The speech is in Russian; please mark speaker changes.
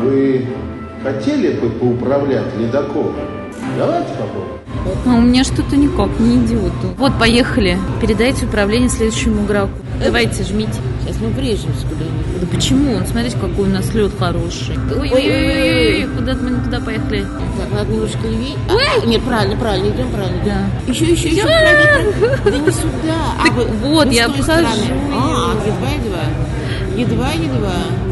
Speaker 1: вы хотели бы поуправлять ледоколом? Давайте попробуем.
Speaker 2: А у меня что-то никак, не идиоту. Вот, поехали. Передайте управление следующему игроку. Давайте, жмите.
Speaker 3: Сейчас мы прижимся куда-нибудь.
Speaker 2: Да почему? Он, смотрите, какой у нас лед хороший. Ой-ой-ой, куда-то мы не туда поехали.
Speaker 3: Так, надо немножко левее. А, нет, правильно, правильно, идем правильно.
Speaker 2: Да.
Speaker 3: Еще, еще, еще. Да не сюда. а
Speaker 2: Так
Speaker 3: вы-
Speaker 2: вот,
Speaker 3: ну, с
Speaker 2: я
Speaker 3: той
Speaker 2: обхожу
Speaker 3: стороны. А, едва, едва. Едва, едва.